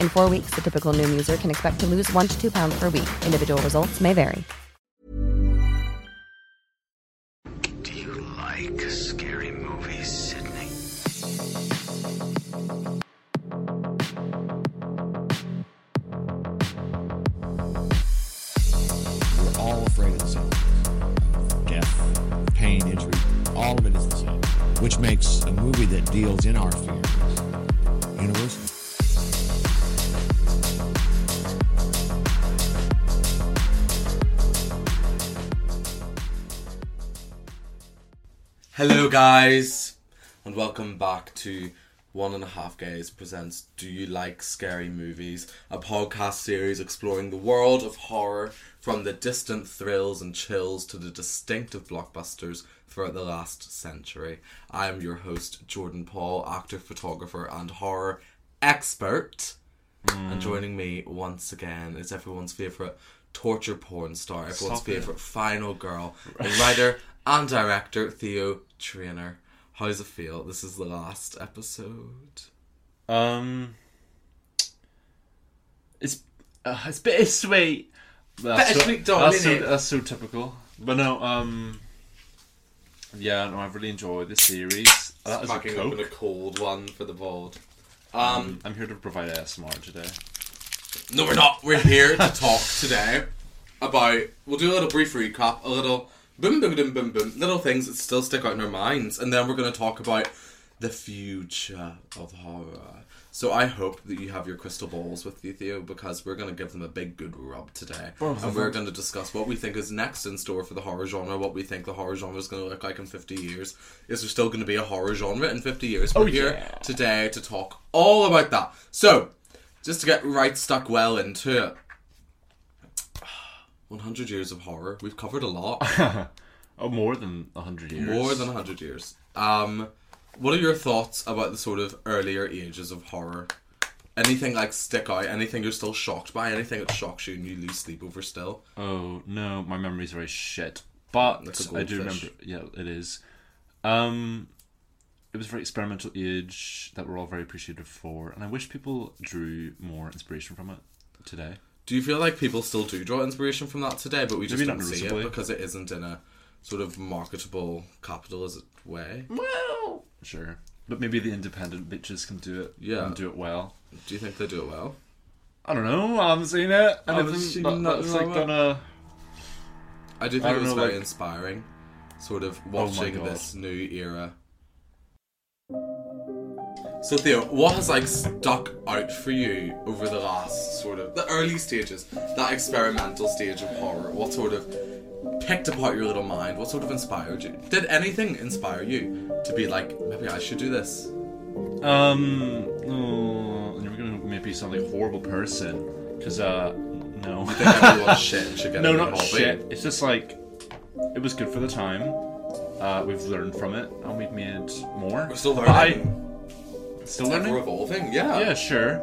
In four weeks, the typical Noom user can expect to lose one to two pounds per week. Individual results may vary. Do you like scary movies, Sydney? We're all afraid of the same. things. Death, pain, injury, all of it is the same. Which makes a movie that deals in our fears universal. Hello, guys, and welcome back to One and a Half Gays presents Do You Like Scary Movies? A podcast series exploring the world of horror from the distant thrills and chills to the distinctive blockbusters throughout the last century. I am your host, Jordan Paul, actor, photographer, and horror expert. And joining me once again is everyone's favourite torture porn star, everyone's favourite final girl, the writer and director, Theo Trainer. How's it feel? This is the last episode. Um, it's uh, it's bittersweet. That's Bittersweet, so, darling, that's, so, innit? that's so typical. But no, um, yeah, no, I've really enjoyed this series. That was a Packing open a coke. cold one for the board. Um, I'm here to provide ASMR today. no, we're not. We're here to talk today about. We'll do a little brief recap, a little boom, boom, boom, boom, boom, little things that still stick out in our minds, and then we're going to talk about the future of horror. So I hope that you have your crystal balls with you, Theo, because we're going to give them a big good rub today, and we're going to discuss what we think is next in store for the horror genre, what we think the horror genre is going to look like in fifty years. Is there still going to be a horror genre in fifty years? We're here today to talk all about that. So just to get right stuck well into it. 100 years of horror. We've covered a lot. Oh, more than hundred years. More than 100 years. Um, what are your thoughts about the sort of earlier ages of horror? Anything like stick out? Anything you're still shocked by? Anything that shocks you and you lose sleep over still? Oh no, my memory's very shit. But That's a I do remember. goldfish. Yeah, it is. Um, it was a very experimental age that we're all very appreciative for, and I wish people drew more inspiration from it today. Do you feel like people still do draw inspiration from that today, but we just Maybe don't not see it noticeably. because it isn't in a sort of marketable capitalist way? Well, sure, but maybe the independent bitches can do it. Yeah. and do it well. Do you think they do it well? I don't know. I haven't seen it. I haven't haven't seen nothing seen That's like about it. gonna. I do I think it don't was know, very like- Oh inspiring, sort of my watching God. this new era. So Theo, what has like stuck out for you over the last sort of the early stages, that experimental stage of horror? What sort of picked apart your little mind? What sort of inspired you? Did anything inspire you to be like, maybe I should do this? Um, oh, you're gonna maybe sound like a horrible person because uh, no. I think everyone's shit and should get no, a new not hobby. shit. It's just like it was good for the time. Uh, we've learned from it, and we've made more. We're still But I- learning. still Like, learning. we're evolving. Yeah. Yeah, sure.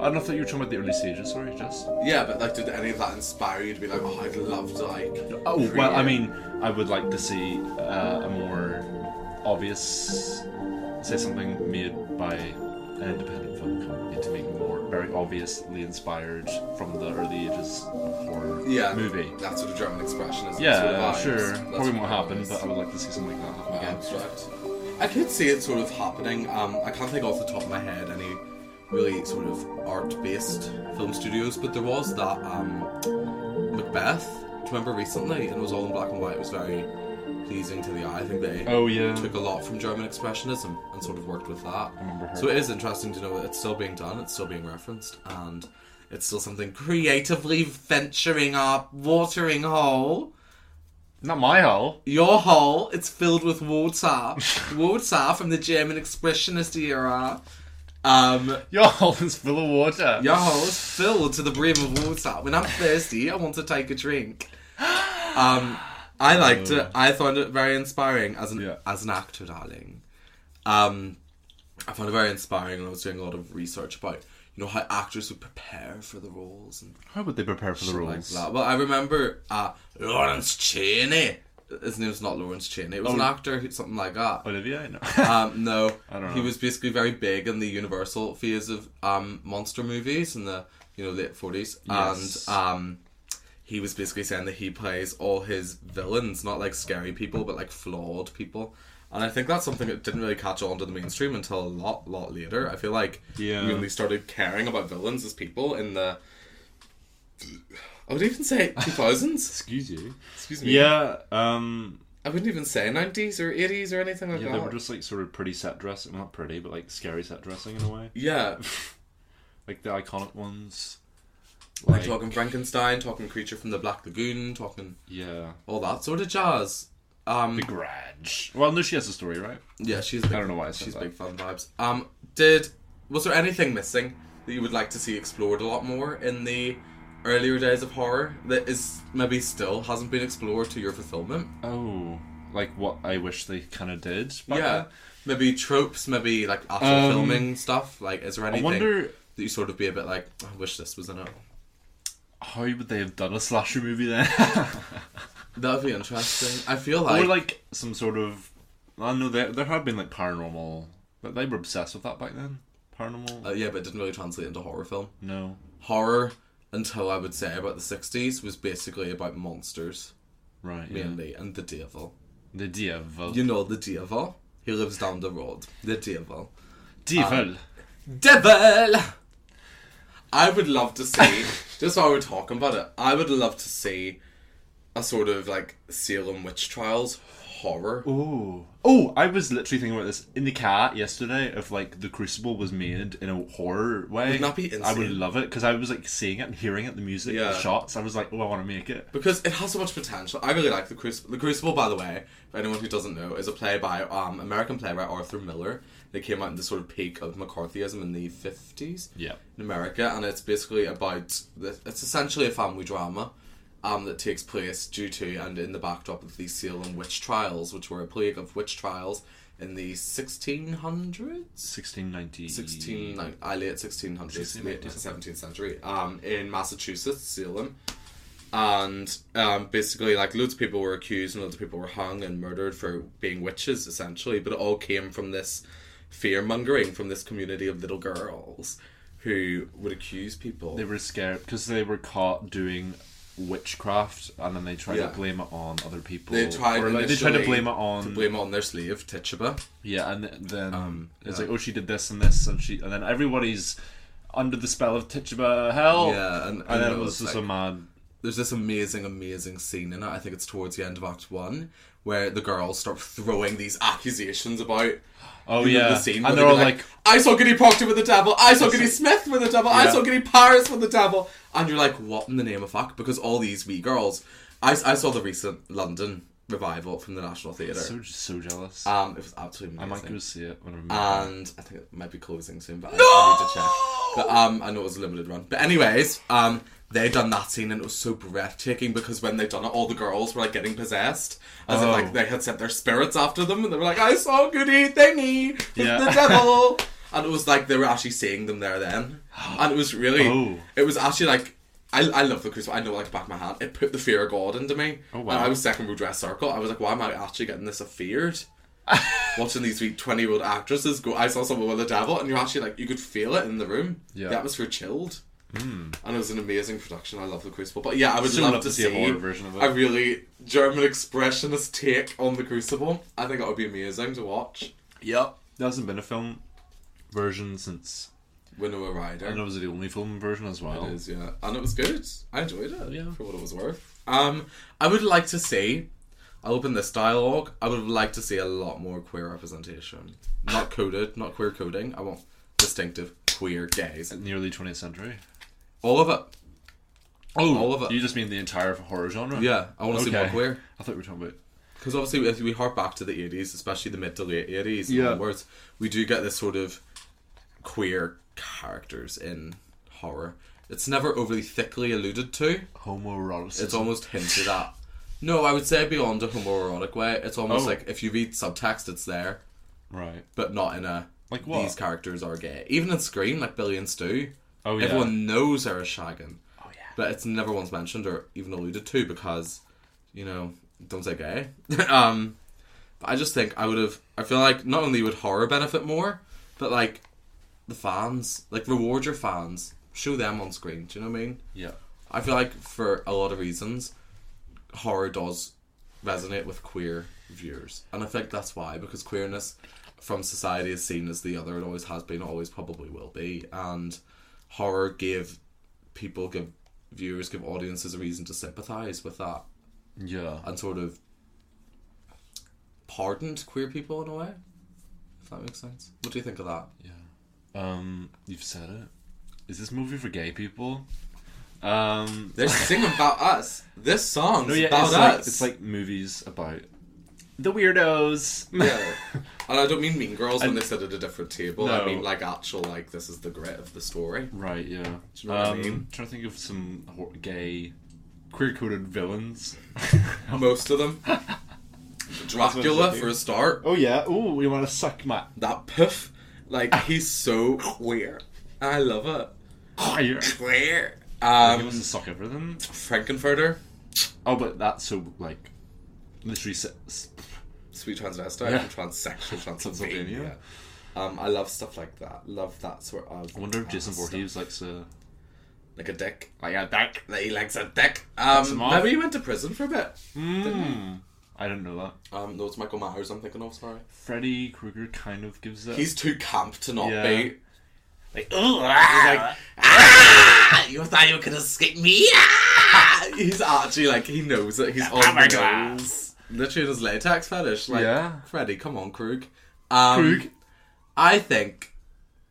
I don't know if that you were talking about the early stages. Sorry, Jess. Yeah, but like, did any of that inspire you to be like, oh, I'd love to like? Oh create well, I it"? mean, I would like to see uh, a more obvious, say something made by an independent film company to make more very obviously inspired from the early ages horror yeah, movie. That's what a German expression is. Yeah, That's what it sure. is. That's Probably what won't it happen, is. but I would like to see something like that happen Uh, again. abstract. I could see it sort of happening. Um, I can't think off the top of my head any really sort of art-based film studios, but there was that um, Macbeth. Do you remember recently? And it was all in black and white. It was very pleasing to the eye. I think they Oh yeah. took a lot from German expressionism and sort of worked with that. remember her. So it is interesting to know that it's still being done, it's still being referenced, and it's still something creatively venturing up, watering hole. Not my hole. Your hole, it's filled with water. water from the German expressionist era. Um, Your hole is full of water. your hole is filled to the brim of water. When I'm thirsty, I want to take a drink. Um, I liked it. I found it very inspiring as an Yeah. as an actor, darling. Um, I found it very inspiring, and I was doing a lot of research about you know how actors would prepare for the roles and How would they prepare for the roles? like that. Well, I remember uh, Lawrence Cheney. His name's not Lawrence Cheney. It was an actor who something like that. Olivia, I know. Um, no, I don't he know. was basically very big in the Universal phase of um, monster movies in the you know late forties, Yes. and um, he was basically saying that he plays all his villains, not like scary people, but like flawed people. And I think that's something that didn't really catch on to the mainstream until a lot, lot later. I feel like Yeah. we only started caring about villains as people in the. I would even say 2000s. Excuse you. Excuse me. Yeah. Um. I wouldn't even say 90s or 80s or anything like Yeah, that. they were just like sort of pretty set dressing. Well, not pretty, but like scary set dressing in a way. yeah. Like the iconic ones. Like, talking Frankenstein, talking Creature from the Black Lagoon, talking Yeah. all that sort of jazz. Um, The Grudge. Well, no, she has a story, right? yeah, she's. Big, I don't know why I said she's that. big fun vibes. Um, did was there anything missing that you would like to see explored a lot more in the earlier days of horror that is maybe still hasn't been explored to your fulfillment? Oh, like what I wish they kind of did. back yeah, then. maybe tropes, maybe like after Um, filming stuff. Like, is there anything wonder- that you sort of be a bit like, "Oh, I wish this was in it. How would they have done a slasher movie then? That would be interesting. I feel or like, like some sort of. I know there there have been like paranormal, but they were obsessed with that back then. Paranormal. uh, yeah, but it didn't really translate into horror film. no. horror until I would say about the 60s was basically about monsters Right. Yeah. mainly and the devil. The devil. You know the devil? He lives down the road. The devil. devil. Devil! I would love to see, just while we're talking about it, I would love to see a sort of like Salem witch trials horror. Oh, oh! I was literally thinking about this in the car yesterday. If like the Crucible was made in a horror way, Wouldn't that be I would insane? love it because I was like seeing it and hearing it, the music, Yeah. the shots. I was like, oh, I want to make it. Because it has so much potential. I really like The Crucible. The Crucible, by the way, for anyone who doesn't know, is a play by um, American playwright Arthur Miller. They came out in the sort of peak of McCarthyism in the 50s Yeah. in America, and it's basically about. The, it's essentially a family drama um, that takes place due to and in the backdrop of the Salem witch trials, which were a plague of witch trials in the 1600s? Sixteen ninety. 16, like, uh, late 1600s, late 1690s, 17th century, um, in Massachusetts, Salem. And um, basically, like, loads of people were accused and loads of people were hung and murdered for being witches, essentially. But it all came from this fear mongering from this community of little girls who would accuse people. They were scared because they were caught doing witchcraft, and then they tried Yeah. to blame it on other people. They tried, or like they tried to initially blame it on. to blame Um, it on their slave Tituba. Yeah, and th- then it's like, oh, she did this and this, and she, and then everybody's under the spell of Tituba hell. Yeah, and- and, then and it it was was just like- a mad. there's this amazing, amazing scene in it. I think it's towards the end of Act One where the girls start throwing these accusations about. Oh, you know, yeah. the scene And where they're be all like- "I saw Goody Proctor with the devil. I saw Goody Smith with the devil. I Yeah. saw Goody Paris with the devil." And you're like, "What in the name of fuck?" Because all these wee girls. I, I saw the recent London revival from the National Theatre. So so jealous. um, it was absolutely I amazing might go see it when I'm and I think it might be closing soon, but I- I need to check. But um, I know it was a limited run. But anyways, um, they done that scene and it was so breathtaking because when they done it, all the girls were like getting possessed, as if Oh. like they had sent their spirits after them, and they were like, "I saw Goody Thingy, with Yeah. the devil." and it was like they were actually seeing them there then, and it was really, Oh. it was actually like. I, I love the crucible. I know like the back of my hand. It put the fear of God into me. Oh wow. And I was second row dress circle. I was like, why am I actually getting this afeared? Watching these wee twenty year old actresses go, I saw someone with the devil, and you're actually like, you could feel it in the room. Yeah. Hmm. The atmosphere chilled. And it was an amazing production. I love the Crucible, but yeah, I would Still love, love to to see, see a horror version of it. a really German expressionist take on the Crucible. I think that would be amazing to watch. Yep, There hasn't been a film version since. Winnow Rider. I know it was the only film version as well. It is, yeah. And it was good. I enjoyed it Oh. Yeah. for what it was worth. Um, I would like to see. I'll open this dialogue. I would like to see a lot more queer representation. Not coded, not queer coding. I want distinctive queer gays. In the early 20th century. All of it. Oh, all of it. You just mean the entire horror genre? Yeah, I want to see more Okay. queer. I thought we were talking about. Because obviously, if we hark back to the 80s, especially the mid to late 80s and Yeah. onwards, we do get this sort of queer characters in horror. It's never overly thickly alluded to. Homoeroticism. it's almost hinted at. No, I would say beyond a homoerotic way. It's almost Oh. like if you read subtext, it's there, right. but not in a Like what? these characters are gay. Even in Scream, like Billy and Stu, Oh, yeah. everyone knows they're shagging. Oh yeah. But it's never once mentioned or even alluded to because, you know, don't say gay. um, but I just think I would have. I feel like not only would horror benefit more, but like the fans, like reward your fans, show them on screen. Do you know what I mean? Yeah. I feel like for a lot of reasons, horror does resonate with queer viewers, and I think that's why because queerness from society is seen as the other. It always has been, always probably will be, and horror gave people, give viewers, give audiences a reason to sympathise with that, Yeah. and sort of pardoned queer people in a way. If that makes sense. What do you think of that? Um, you've said it. Is this movie for gay people? Um, They're singing about us. This song's no, yeah, about it's us. like, it's like movies about the weirdos. Yeah. and I don't mean Mean Girls when they sit at a different table. I No. mean like actual like this is the grit of the story. Right, yeah. you know what I um, mean? Trying to think of some hor- gay, queer coded villains. Most of them. Dracula for a start. oh yeah. Oh, you want to suck my That poof, like he's so queer. I love it. fire? Queer. he Um, wants to suck everything. Frankenfurter, Oh, but that's so like, literally. Se- s- sweet transvestite, Yeah. and transsexual Transylvania. Transylvania. Um, I love stuff like that. Love that sort of. I wonder if Jason stuff. Voorhees likes uh, a like a dick. like a dick. That he likes a dick. Um, him off. maybe he went to prison for a bit. I didn't know that. Um, no, it's Michael Myers. I'm thinking of. Sorry. Freddy Krueger kind of gives that. He's too camp to not Yeah. be. like, oh, ah, Ah, you thought you could escape me? Ah! He's actually like he knows it. He's on my the God. nose. Literally in his latex fetish. Like Yeah. Freddy, come on, Krug. Um, Krug. I think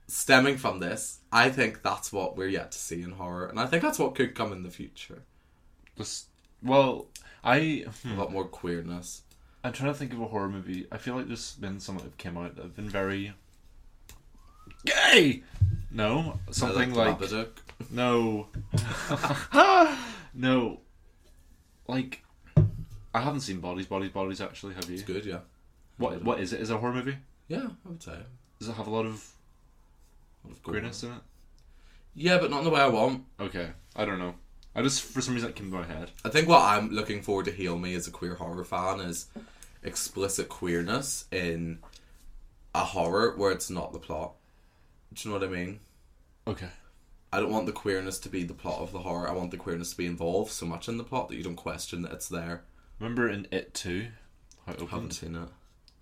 stemming from this, I think that's what we're yet to see in horror, and I think that's what could come in the future. Just- well, I hmm, A lot more queerness. I'm trying to think of a horror movie. I feel like there's been some that have came out that have been very gay. No, I something the like Babadook. no, no, like I haven't seen Bodies, Bodies, Bodies. Actually, have you? good, yeah, What what is it? Is it a horror movie? yeah, I would say. Does it have a lot of Lot of gore. queerness in it? Yeah, but not in the way I want. Okay, I don't know. I just for some reason it came to my head. I think what I'm looking forward to heal me as a queer horror fan is explicit queerness in a horror where it's not the plot. Do you know what I mean? Okay. I don't want the queerness to be the plot of the horror. I want the queerness to be involved so much in the plot that you don't question that it's there. Remember in It Too, how it I haven't opens? seen it.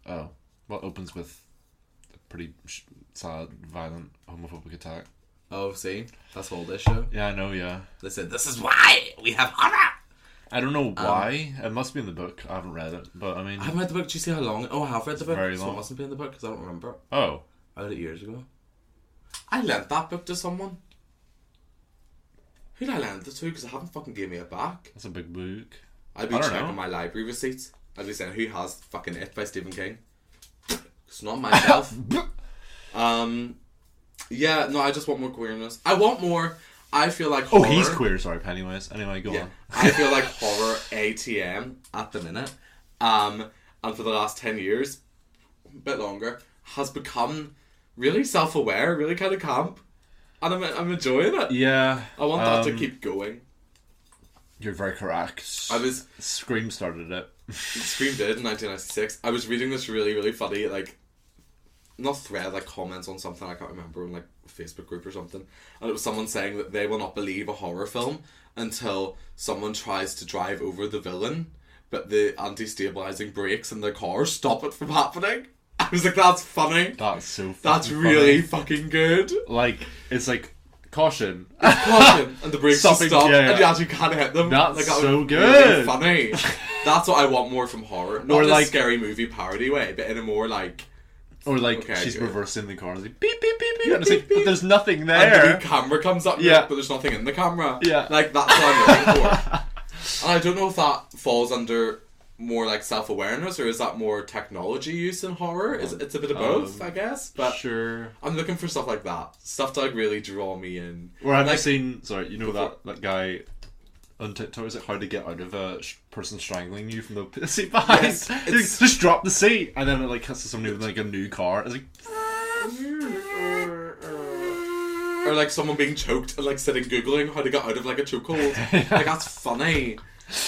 Oh, well, it opens with a pretty sh- sad, violent, homophobic attack. Oh, see? That's all this show. Yeah, I know. Yeah, They said, this is why we have horror! I don't know why. it must be in the book. I haven't read it, but I mean, Um, I haven't read the book. Do you see how long? Oh, I have read the book. very so it long. mustn't be in the book because I don't remember it. oh, I read it years ago. I lent that book to someone. Who did I lend it to? Because I haven't fucking gave me it back. that's a big book. I'd be I don't checking know. my library receipts. I'd be saying, "Who has fucking it by Stephen King?" It's not myself. um, yeah, no, I just want more queerness. I want more. I feel like Oh, horror, he's queer. Sorry, Pennywise. Anyway, go Yeah, on. I feel like horror ATM at the minute, um, and for the last ten years, a bit longer, has become really self aware, really kind of camp, and I'm I'm enjoying it. Yeah. I want that to um, keep going. You're very correct. I was Scream started it. Scream did in 1996. I was reading this really really funny like not thread like comments on something I can't remember on like a Facebook group or something, and it was someone saying that they will not believe a horror film until someone tries to drive over the villain, but the anti-stabilizing brakes in their car stop it from happening. I was like, that's funny. That's so. That's fucking really funny. fucking good. like it's like caution. Caution, and the brakes stop, Stopping, stop yeah. and you actually can't hit them. That's that so was good. Really funny. That's what I want more from horror. Not Or in like- a scary movie parody way, but in a more like or like Okay, she's good. reversing the car and it's like beep beep beep beep. and it's beep, like, beep. but there's nothing and the there. new camera comes up, Yeah. yeah, but there's nothing in the camera. Yeah. like that's what I'm looking for. And I don't know if that falls under more like self awareness or is that more technology use in horror? Is it's a bit of both, I guess. But Um, sure. I'm looking for stuff like that, stuff that would really draw me in. Or have you Like- seen? Sorry, you know that that guy on TikTok is like how to get out of a sh- person strangling you from the seat behind. Yes, Like, it's- just drop the seat, and then it like hits somebody with like a new car. It's like Or like someone being choked and like sitting googling how to get out of like a chokehold. Like that's funny.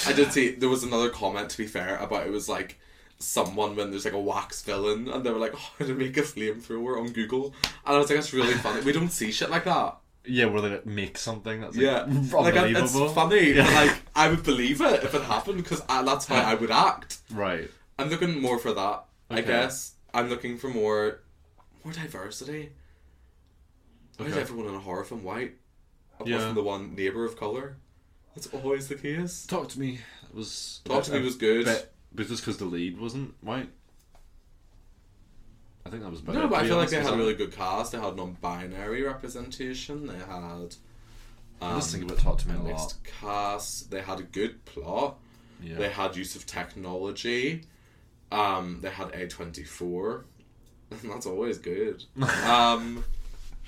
I did see there was another comment to be fair about it was like someone when there's like a wax villain and they were like how to make a flamethrower on Google and I was like that's really funny. We don't see shit like that. yeah, where they like, make something that's like, Yeah, unbelievable. like I- it's funny. But like I would believe it if it happened because that's how I would act. Right. I'm looking more for that. I Okay. guess I'm looking for more, more diversity. Why is Okay. everyone in a horror film white? Apart Yeah. from the one neighbor of color, that's always the case. Talk to me was Talk to Me was good. Bit, but just because the lead wasn't white. I think that was better. No, but I feel like they had a really Good, good cast. They had non-binary representation. They had I was thinking about Talk to Me a lot. mixed cast. They had a good plot. Yeah. They had use of technology. Um, they had A twenty four. That's always good. Um,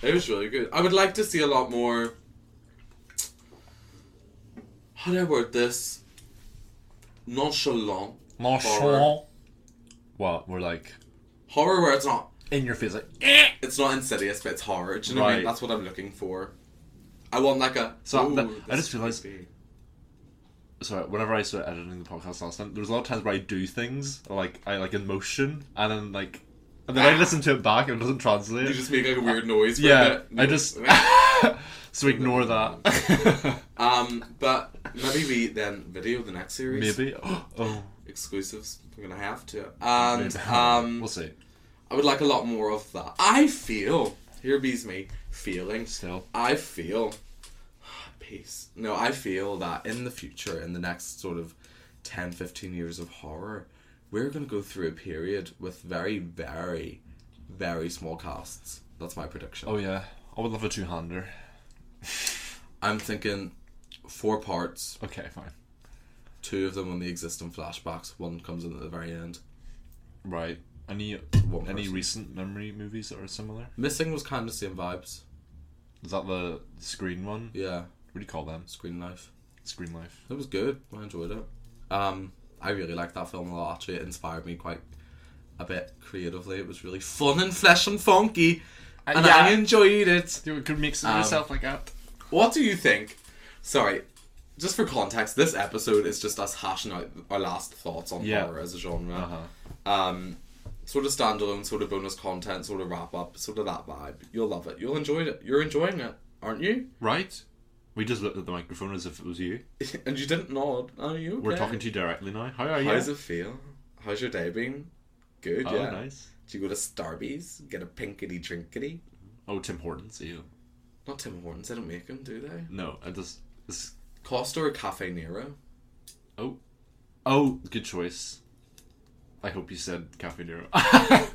it was really good. I would like to see a lot more. How do I word this? Nonchalant Nonchalant. Well, we're like horror, where it's not in your face, like eh! it's not insidious, but it's horror. Do you know what I Right. mean? That's what I'm looking for. I want like a. So, "Ooh, that- I this just realised- could be." sorry, whenever I started editing the podcast last time, there was a lot of times where I do things like I like in motion, and then like, and then I listen to it back and it doesn't translate. Ah. you just make like a weird noise. for a yeah, bit. I just so ignore that. Um, but maybe we then video the next series. Maybe. Oh, exclusives. I'm gonna have to. And maybe. um, we'll see. I would like a lot more of that. I feel here bees me feeling. Still. I feel peace. No, I feel that in the future, in the next sort of 10, 15 years of horror, we're gonna go through a period with very, very, very small casts. That's my prediction. Oh yeah, I would love a two-hander. I'm thinking four parts. Okay, fine. Two of them on the existing flashbacks. One comes in at the very end. Right. Any One any person. recent memory movies that are similar? Missing was kind of same vibes. Is that the screen one? Yeah, What do you call them? Screen Life. Screen life. It was good. I enjoyed it. Um, I really liked that film a lot. Actually, it inspired me quite a bit creatively. It was really fun and flesh and funky, and Uh, yeah. I enjoyed it. Do it could mix it yourself like that. What do you think? Sorry, just for context, this episode is just us hashing out our last thoughts on Yeah. Uh-huh. horror as a genre. Um, sort of standalone, sort of bonus content, sort of wrap up, sort of that vibe. You'll love it. You'll enjoy it. You're enjoying it, aren't you? Right? We just looked at the microphone as if it was you. and you didn't nod. Are you? We're okay? talking to you directly now. How are you? How does it feel? How's your day been? Good, oh, yeah. nice. Did you go to Starbucks, get a pinkety drinkety? Oh, Tim Hortons. Ew. Not Tim Hortons, they don't make them, do they? No, I just. This, Costa or Cafe Nero? oh. Oh, good choice. I hope you said Cafe Nero. I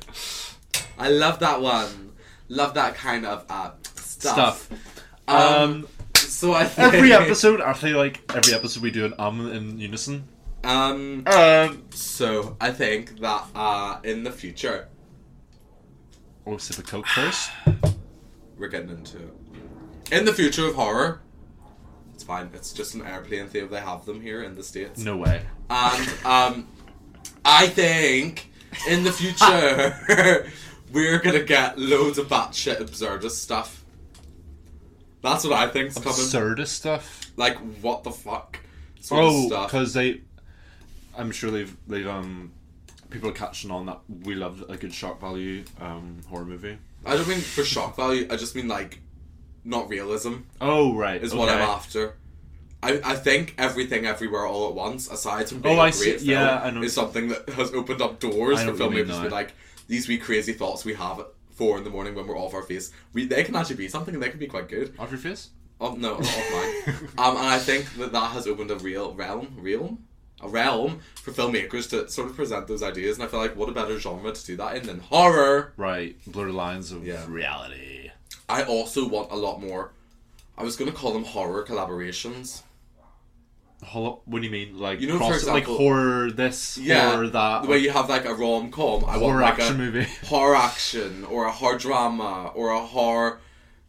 love that one. Love that kind of uh, stuff. Stuff. Um, So I think, every episode, I feel like every episode we do an um in unison. Um, Um. so I think that uh, in the future Oh, sip a Coke first. we're getting into it. In the future of horror, it's fine. It's just an airplane theater. They have them here in the states. No way. And um, I think in the future We're gonna get loads of batshit absurdist stuff. That's what I think's coming. Absurdist stuff. like what the fuck? Sort of Oh, stuff. because they, I'm sure they've they've um, people are catching on that we love a good shock value um horror movie. I don't mean for shock value. I just mean like not realism Oh right, is what I'm okay. after. I, I think everything everywhere all at once, aside from being Oh, a I great see. film, Yeah, I know. is something that has opened up doors I for know what you mean filmmakers to be now. like these wee crazy thoughts we have at four in the morning when we're off our face. We they can actually be something and they can be quite good. Off your face. Oh no, not of mine. um, and I think that that has opened a real realm, realm, a realm for filmmakers to sort of present those ideas. And I feel like what a better genre to do that in than horror. Right, blur the lines of Yeah. reality. I also want a lot more. I was gonna call them horror collaborations. Hol- What do you mean? Like You know, for cross, example- like horror this, horror that. The way you have like a rom com. I want Horror like action a movie. horror action or a horror drama or a horror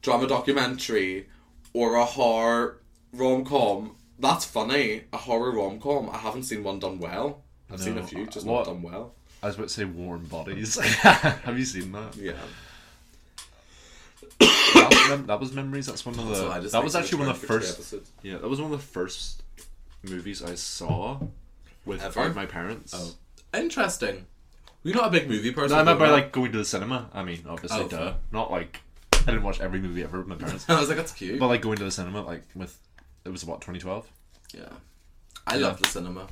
drama documentary or a horror rom com. That's funny. A horror rom com. I haven't seen one done well. I've seen a No, few, just what- not done well. I was about to say warm bodies. Have you seen that? Yeah. that, was mem- that was memories. That's one of the. So I just that think was it's actually one of the perfect for first. episodes. Yeah, that was one of the first movies I saw with Ever? like, my parents. Oh. Interesting. You're not a big movie person. No, I meant by though, right? like going to the cinema. I mean, obviously, Oh, duh. fair. Not like I didn't watch every movie ever with my parents, I was like, that's cute. but like going to the cinema, like with it was what 2012. Yeah. I love the cinema.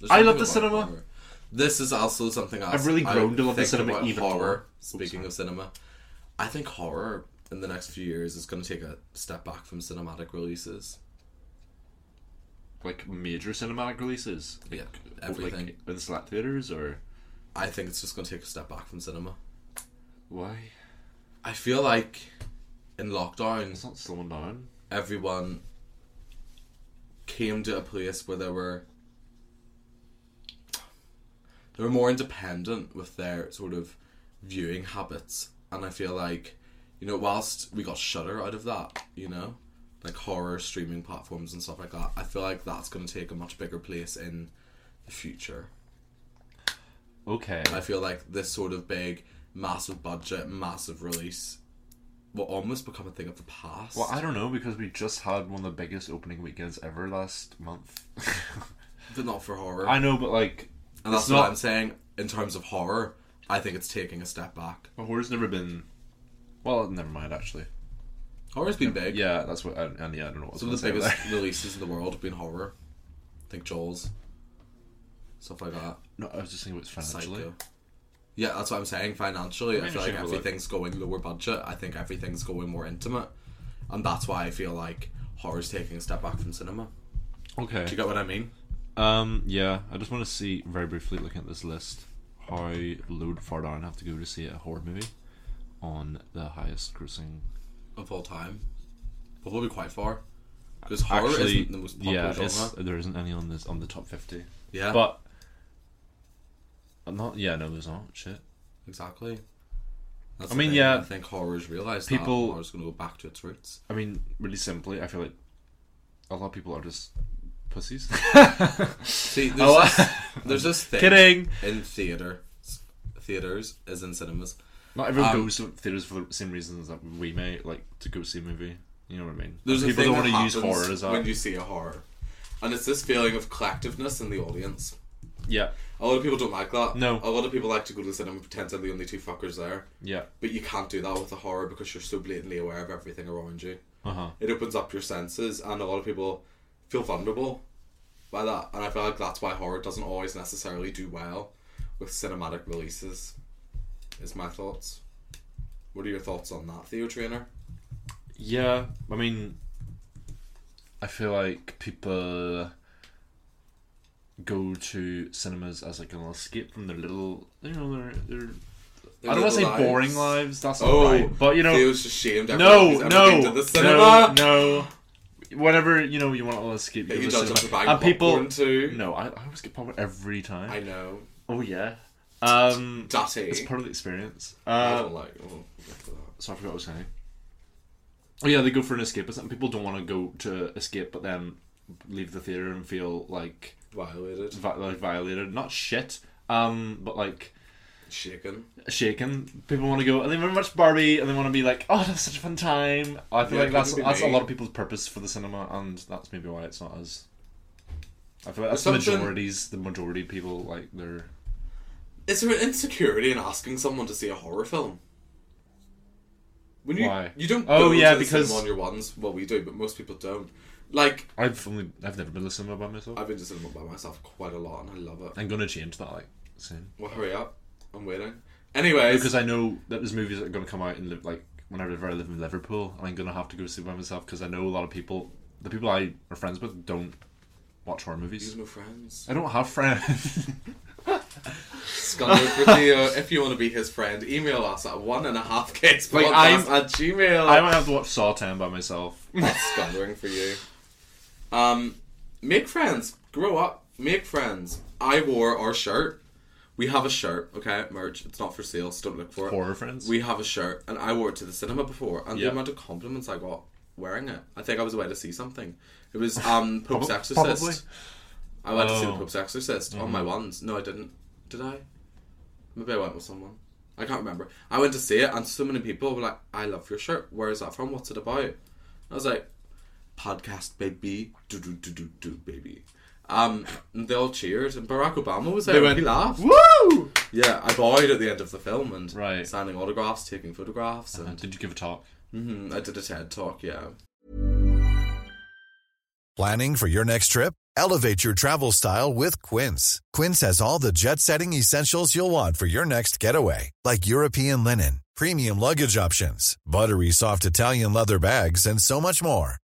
There's I something love the about cinema. horror. This is also something else. I've really I grown to love the think cinema about even horror. more. Speaking of cinema, I think horror in the next few years is going to take a step back from cinematic releases. Like major cinematic releases, like, Yeah, like everything. in select theaters or I think it's just going to take a step back from cinema. why? I feel like in lockdown, It's not slowing down. everyone came to a place where they were they were more independent with their sort of viewing habits and i feel like you know whilst we got shutter out of that you know like horror streaming platforms and stuff like that i feel like that's going to take a much bigger place in the future Okay, i feel like this sort of big massive budget massive release will almost become a thing of the past well I don't know because we just had one of the biggest opening weekends ever last month. but not for horror I know, but like And that's it's what not. I'm saying in terms of horror. I think it's taking a step back. Horror's never been. Well, never mind actually. Horror's been big. Yeah, that's what. And, and yeah, I don't know what. I was Some of the gonna say biggest there. releases in the world have been horror. think Jaws, stuff like that. No, I was just thinking about financially. Psycho. Yeah, that's what I'm saying. Financially, I mean, feel it like should have a look. everything's going lower budget. I think everything's going more intimate, and that's why I feel like horror's taking a step back from cinema. Okay. Do you get what I mean? Um, yeah, I just want to see very briefly looking at this list how load far down I have to go to see a horror movie on the highest grossing. Of all time, probably quite far. Because horror isn't the most popular yeah, it's, genre. there isn't any on this on the top fifty. Yeah, But I'm not. Yeah, no, there's not. Shit. Exactly. That's I the mean, thing. yeah, I think horror's realised that people- and horror's going to go back to its roots. I mean, really simply, I feel like a lot of people are just pussies. See, there's, Oh, this, there's this thing Kidding. in theater, theaters as in cinemas. Not everyone Um, goes to theaters for the same reasons that we may like to go see a movie. You know what I mean? There's people a thing don't that want to use happens horror as that. when you see a horror, and it's this feeling of collectiveness in the audience. Yeah, A lot of people don't like that. No. a lot of people like to go to the cinema and pretend they're the only two fuckers there. yeah, But you can't do that with a horror because you're so blatantly aware of everything around you. uh huh. it opens up your senses, and a lot of people feel vulnerable by that. And I feel like that's why horror doesn't always necessarily do well with cinematic releases. Is my thoughts. What are your thoughts on that, Theo Trainer? Yeah, I mean, I feel like people go to cinemas as like an escape from their little, you know, their. their I don't want to say boring lives. That's not Oh, right. But you know, Theo's just shamed. everyone no, who's ever been no, to the no, cinema. no. Whenever you know you want a little escape, you, Yeah, go you to the judge us for cinema. buying and people. popcorn too. No, I, I always get popcorn every time. I know, Oh yeah. Um, Dutty. it's part of the experience. I Uh, don't like. Oh, look at that. so I forgot what I was saying. Oh yeah, they go for an escape. but Some people don't want to go to escape, but then leave the theater and feel like Violated. vi- like violated. Not shit, um, but like Shaken. shaken. People want to go and they want to watch Barbie and they want to be like, oh, that's such a fun time. I feel Yeah, like that's that'd be that's a me. lot of people's purpose for the cinema, and that's maybe why it's not as. I feel like There's that's the something- majority's the majority of people like they're. Is there an insecurity in asking someone to see a horror film? When you Why? you don't Oh, go yeah, to the cinema because- on your ones well we do but most people don't like I've only I've never been to the cinema by myself. I've been to cinema by myself quite a lot and I love it. I'm gonna change that like soon Well, hurry up, I'm waiting. Anyways, because I know that there's movies that are gonna come out and live like whenever I live in Liverpool and I'm gonna have to go see by myself because I know a lot of people, the people I are friends with, don't watch horror use movies. no friends. I don't have friends. Scotty for Theo, if you want to be his friend, email us at one and a half kids Like, like I'm- at gmail. I might have to watch Saw Ten by myself. That's scoundering for you. Um, make friends. Grow up. Make friends. I wore our shirt. We have a shirt, okay? Merch. It's not for sale, so don't look for it. Horror friends. We have a shirt, and I wore it to the cinema before, and Yeah. the amount of compliments I got wearing it. I think I was away to see something. It was um Prob- Pope's Exorcist. Oh, probably. I went to see the Oh. Mm-hmm. Pope's Exorcist on my ones. No, I didn't. Did I? Maybe I went with someone. I can't remember. I went to see it, and so many people were like, "I love your shirt. Where is that from? What's it about?" And I was like, "Podcast, baby, do do do do do, baby." Um, and they all cheered, and Barack Obama was there. and he laughed. Woo! Yeah, I bowed at the end of the film and Right. signing autographs, taking photographs, Uh, and did you give a talk? Mhm, I did a TED talk. Yeah, Planning for your next trip? Elevate your travel style with Quince. Quince has all the jet setting essentials you'll want for your next getaway, like European linen, premium luggage options, buttery soft Italian leather bags, and so much more.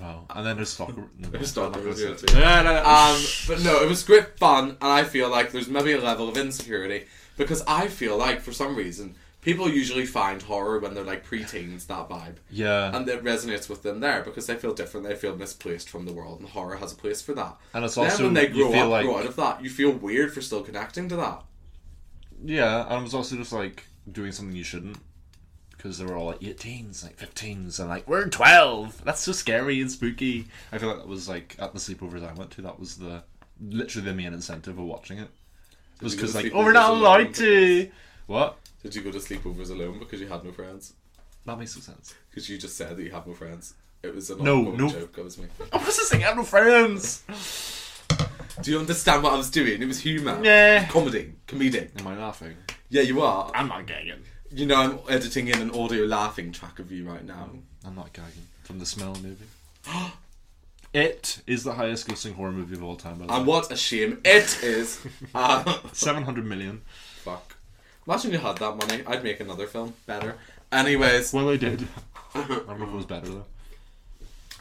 Wow. And then there's stalker. No, It was Stalker I'm not was gonna good say too. it. Yeah, no, no. Um, but no, it was great fun, and I feel like there's maybe a level of insecurity because I feel like for some reason people usually find horror when they're like preteens that vibe, yeah. And, and it resonates with them there because they feel different, they feel misplaced from the world, and horror has a place for that. it's then also when they you grow feel up, like grow out of that, you feel weird for still connecting to that. yeah, and it was also just like doing something you shouldn't because they were all like 18s, like 15s, and like we're 12. That's so scary and spooky. I feel like that was like at the sleepovers I went to. That was the literally the main incentive of watching it. It was you go because to like oh we're sleepovers not alone allowed because- to. What? Did you go to sleepovers alone because you had no friends? That makes no sense. Because you just said that you have no friends. It was an No, ongoing no. joke. That was me. I was just saying I have no friends. Do you understand what I was doing? It was humour. Yeah. Comedy. Comedic. Am I laughing? Yeah, you are. I'm not gagging. You know, I'm editing in an audio laughing track of you right now. I'm not gagging from the smell movie. it is the highest grossing horror movie of all time. By the And way. what a shame it is. Uh, Seven hundred million. fuck. Imagine you had that money. I'd make another film better. Anyways, Well, I did. I don't know if it was better though.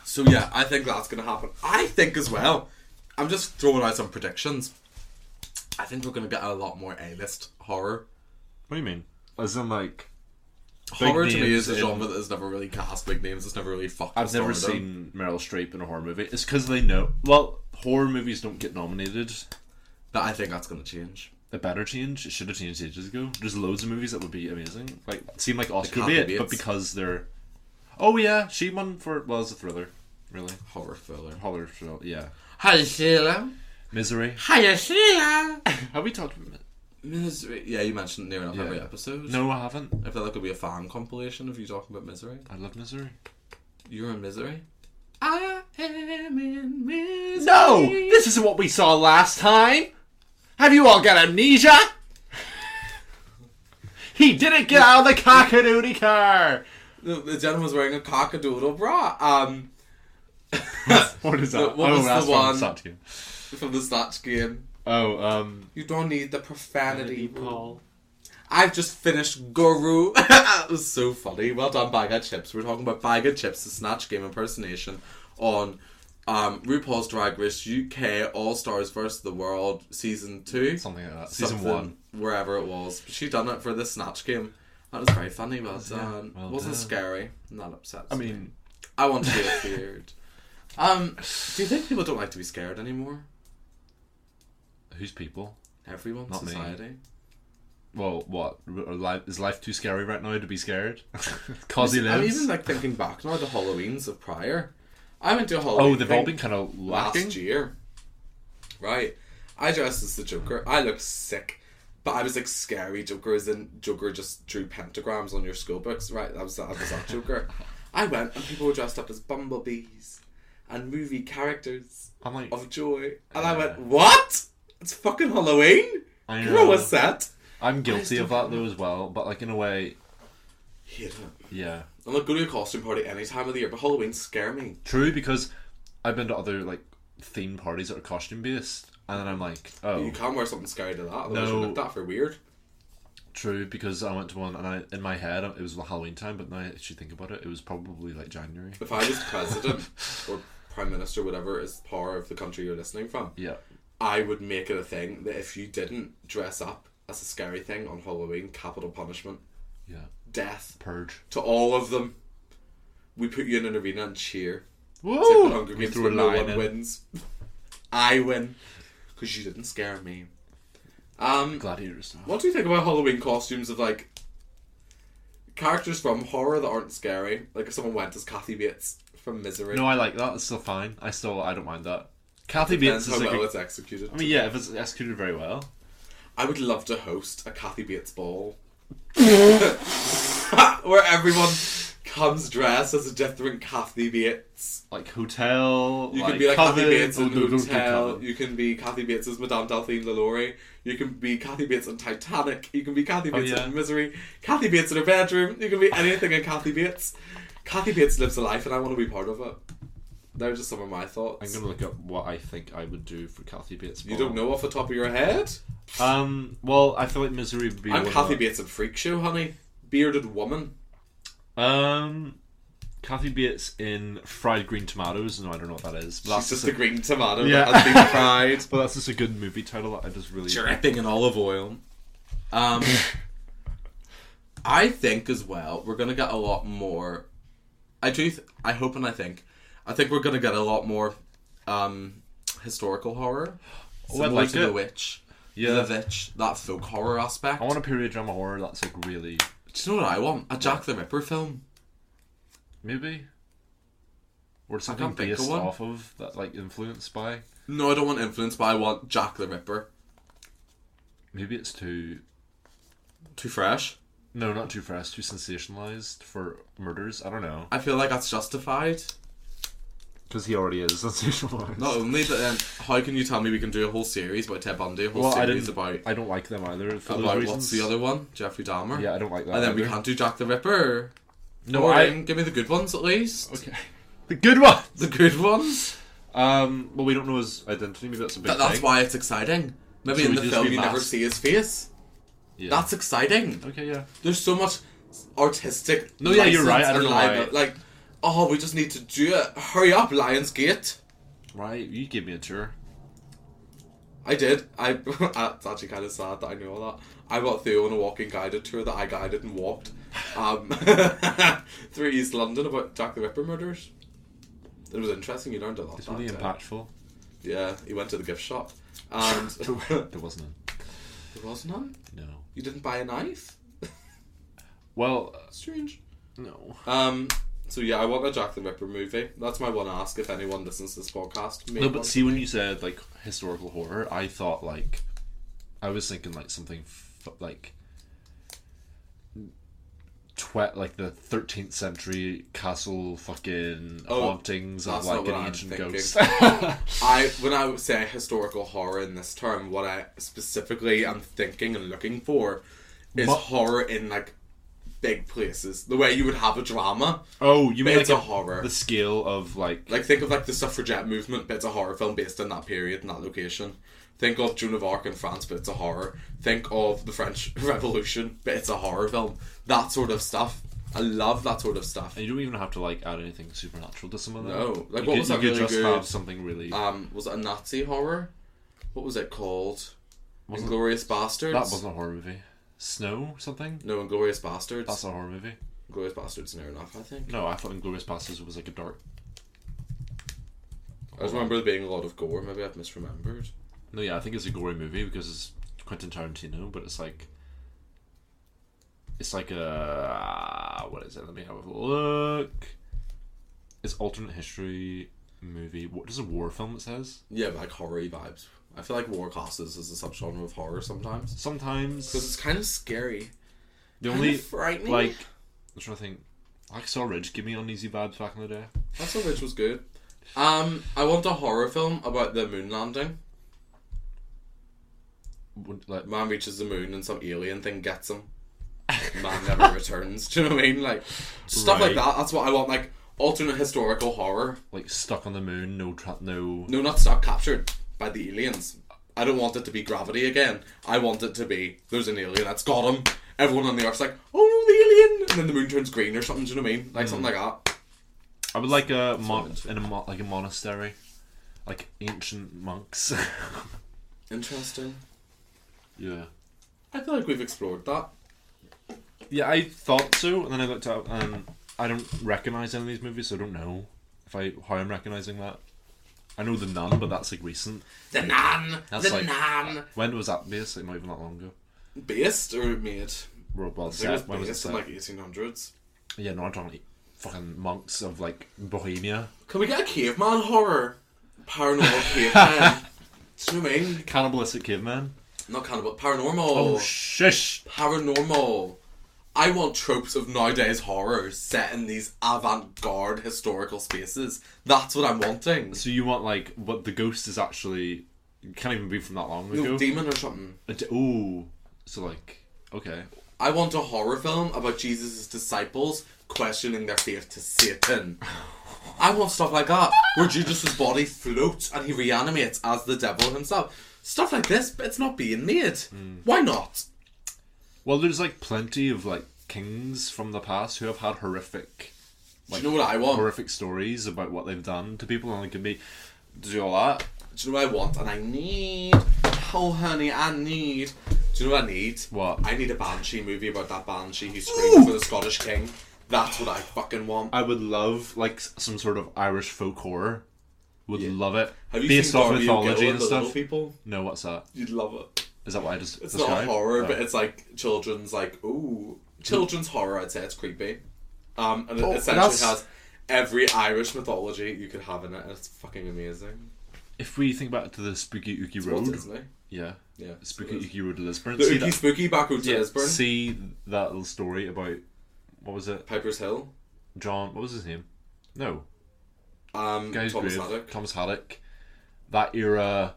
so yeah, I think that's gonna happen. I think as well. I'm just throwing out some predictions. I think we're gonna get a lot more A-list horror. What do you mean? As in, like, horror to me names is a in- genre that is never really cast big names. It's never really fucked. I've with never stardom. seen Meryl Streep in a horror movie. It's because they know. Well, horror movies don't get nominated. But I think that's gonna change. It better change. It should have changed ages ago. There's loads of movies that would be amazing. Like, seem like Oscar Kathy bait, but Bates. because they're. Oh yeah, she won for well, it's a thriller, really. Horror thriller. Horror thriller, yeah. Hi Sheila. Misery. Hi Sheila. Have we talked about? Misery. Yeah, you mentioned it near enough Yeah. every episode. No, I haven't. I feel like it'll be a fan compilation of you talking about misery. I love misery. You're in misery. I am in misery. No! This is what we saw last time! Have you all got amnesia? he didn't get out of the cockadoodie car! The, the gentleman's wearing a cock-a-doodle bra. Um, What is that? Look, what oh, was the that's one- from Satya. from the Snatch game. Oh, um, You don't need the profanity, Paul. I've just finished Guru. it was so funny. Well done, Bag of Chips. We're talking about Bag of Chips, the Snatch Game impersonation on um, RuPaul's Drag Race UK All Stars vs. the World Season 2. Something like that. Season Something, one. Wherever it was. But she done it for the Snatch Game. That was very funny, well done. well Wasn't done. scary. Not upset. I mean, I want to be feared. Um, do you think people don't like to be scared anymore? who's people? Everyone, Not me. society. Well, what? R- are li- Is life too scary right now to be scared? Cause he I'm lives. even like thinking back now the Halloweens of prior. I went to a Halloween. oh, they've thing all been kind of last lacking. year. Right. I dressed as the Joker. I looked sick. But I was like scary Joker as in Joker just drew pentagrams on your school books, right? That was that was that Joker. I went and people were dressed up as bumblebees and movie characters I'm like, of joy. And I went, What? It's fucking Halloween? I Grow know. a set. I'm guilty of that though as well. But like in a way, Hate it. yeah, I'm like go to a costume party any time of the year, but Halloween scare me. true. Because I've been to other like theme parties that are costume based, and then I'm like, oh, You can wear something scary to that. Otherwise No. you looked at for weird. True, because I went to one and I in my head it was Halloween time, but now I actually think about it, it was probably like January. If I was president or prime minister, whatever is power of the country you're listening from, Yeah, I would make it a thing that if you didn't dress up as a scary thing on Halloween, capital punishment, yeah, death purge. to all of them. We put you in an arena and cheer. It's like the Woo! Hunger We Games threw a where no line one in. wins. I win because you didn't scare me. Um, Gladiators. What do you think about Halloween costumes of like characters from horror that aren't scary? Like if someone went as Kathy Bates from Misery, No, I like that. It's still fine. I still I don't mind that. Kathy depends Bates how is like. well a- it's executed. I mean, yeah, if it's executed very well. I would love to host a Kathy Bates ball where everyone comes dressed as a different Kathy Bates. Like hotel. You like, can be like coven. Kathy Bates Oh, in no, don't do Hotel. coven. You can be Kathy Bates as Madame Delphine LaLaurie. You can be Kathy Bates in Titanic. You can be Kathy Oh, Bates yeah. in Misery. Kathy Bates in her bedroom. You can be anything in Kathy Bates. Kathy Bates lives a life, and I want to be part of it. They're just some of my thoughts. I'm gonna look up what I think I would do for Kathy Bates. You don't ball. know off the top of your head? Um. Well, I feel like misery would be. I'm one of Kathy the- Bates in Freak Show, honey. Bearded woman. Um, Kathy Bates in fried green tomatoes. No, I don't know what that is. But She's that's just just a green tomato Yeah. that has been fried. but that's just a good movie title. that I just really. dripping in olive oil. Um, I think as well we're gonna get a lot more. I do. Th- I hope and I think. I think we're gonna get a lot more um, historical horror. Oh, I'd Similar like to The it. Witch. Yeah. The Witch. That folk horror aspect. I want a period drama horror that's like really Do you know what I want? A Jack the Ripper film. maybe, or something can't think of based one. off of that, like influenced by. No, I don't want influence, but I want Jack the Ripper. Maybe it's too Too fresh. no, not too fresh, too sensationalized for murders. I don't know I feel like that's justified. because he already is sensationalized. Not only that, then how can you tell me we can do a whole series about Ted Bundy? A whole well, I series didn't. about I don't like them either. For those about reasons. what's the other one? Jeffrey Dahmer. Yeah, I don't like that. And then we either. can't do Jack the Ripper. No, Or, I. um, give me the good ones at least. Okay. The good one. The good ones. Um. Well, we don't know his identity. Maybe that's a big. Th- that's thing. why it's exciting. Maybe So in we the just film be you never masked. see his face. Yeah. That's exciting. okay. Yeah. There's so much artistic. No, yeah, you're license right, I don't and know why. liabi- Like, oh, we just need to do it. Hurry up, Lionsgate. Right, you give me a tour. I did. I. it's actually kind of sad that I knew all that. I got Theo on a walking guided tour that I guided and walked, um, through East London about Jack the Ripper murders. It was interesting. You learned a lot. It's that really day. impactful. Yeah, he went to the gift shop, and there There wasn't a, was none. no. You didn't buy a knife. Well, uh, Strange. no. Um. So yeah, I want a Jack the Ripper movie. That's my one ask. If anyone listens to this podcast, make No, one but see, when you said like historical horror, I thought like, I was thinking like something f- like, twe- like the thirteenth century castle fucking Oh, hauntings of that's like not what an I'm ancient thinking. ghost. I when I say historical horror in this term, what I specifically am thinking and looking for is Mu- horror in like big places. The way you would have a drama. Oh, you But mean like it's a horror. The scale of like, Like think of like the suffragette movement, but it's a horror film based in that period and that location. Think of Joan of Arc in France, but it's a horror. Think of the French Revolution, but it's a horror film. That sort of stuff. I love that sort of stuff. and you don't even have to like add anything supernatural to some of that. No, like, you what was could, you that could really just good- have something really. Um, was it a Nazi horror? What was it called? Inglorious Bastards. that wasn't a horror movie. Snow something. No, Inglorious Bastards. That's a horror movie. Inglorious Bastards near enough, I think. No, I thought Inglorious Bastards was like a dark. I just remember there being a lot of gore. Maybe I've misremembered. No, yeah, I think it's a gory movie because it's Quentin Tarantino, but it's like. It's like a. What is it? Let me have a look. It's alternate history movie. What is a war film? It says Yeah, but, like horror vibes. I feel like war classes is a subgenre of horror sometimes. Because it's sometimes kind of scary. the kinda only frightening. like I'm trying to think. Like Saw Ridge, give me uneasy vibes back in the day. That's all which was good. Um, I want a horror film about the moon landing. Would- Like Man reaches the moon and some alien thing gets him. Man never returns. Do you know what I mean? Like stuff like Right. that. That's what I want. Like alternate historical horror. like stuck on the moon, no tra- no. No, not stop captured by the aliens. I don't want it to be gravity again. I want it to be there's an alien that's got him. Everyone on the earth's like, oh no, the alien, and then the moon turns green or something. Do you know what I mean? Like something like that. I would like a mon- in a mo- like a monastery, like ancient monks. Interesting. yeah. I feel like we've explored that. Yeah, I thought so, and then I looked up, and I don't recognize any of these movies, so I don't know if I how I'm recognizing that. I know the Nun, but that's like recent. The nan, That's the like nan. when was that based? Like not even that long ago. Based or made? Well, well, I think set. it When was was it based set? in like 1800s. yeah, no, I'm talking like fucking monks of like Bohemia. Can we get a caveman horror? Paranormal caveman. Do you know what I mean? Cannibalistic caveman. Not cannibal, paranormal. Oh, shush! paranormal. I want tropes of nowadays horror set in these avant-garde historical spaces. That's what I'm wanting. So you want like what the ghost is actually can't even be from that long No ago. demon or something. A de- Ooh, so like okay, I want a horror film about Jesus' disciples questioning their faith to Satan. I want stuff like that, where Judas' body floats and he reanimates as the devil himself. Stuff like this, but it's not being made. Why not? Well, there's like plenty of like kings from the past who have had horrific, Do you know what I want? horrific stories about what they've done to people, and it can be do all that. Do you know what I want? And I need. Oh, honey, I need. Do you know what I need? What? I need a Banshee movie about that Banshee who screamed for the Scottish King. That's what I fucking want. I would love like s- some sort of Irish folk horror. Would love it. Have you Based seen off Darby mythology Gill and the Little stuff. People? No, what's that? You'd love it. Is that what I just It's described? not horror, No. but it's like children's, like, ooh. Children's horror, I'd say it's creepy. Um, and it Oh, essentially that's- has every Irish mythology you could have in it, and it's fucking amazing. if we think back to the Spooky Ooky Walt Road, Disney. yeah, Yeah, it's Spooky amazing. Ooky Road to Lisburn. The see, Ooky that, Spooky back road to yeah, Lisburn. see that little story about what was it? Piper's Hill. John, what was his name? No, Um, Guy's Thomas Grave, Haddock. Thomas Haddock, that era,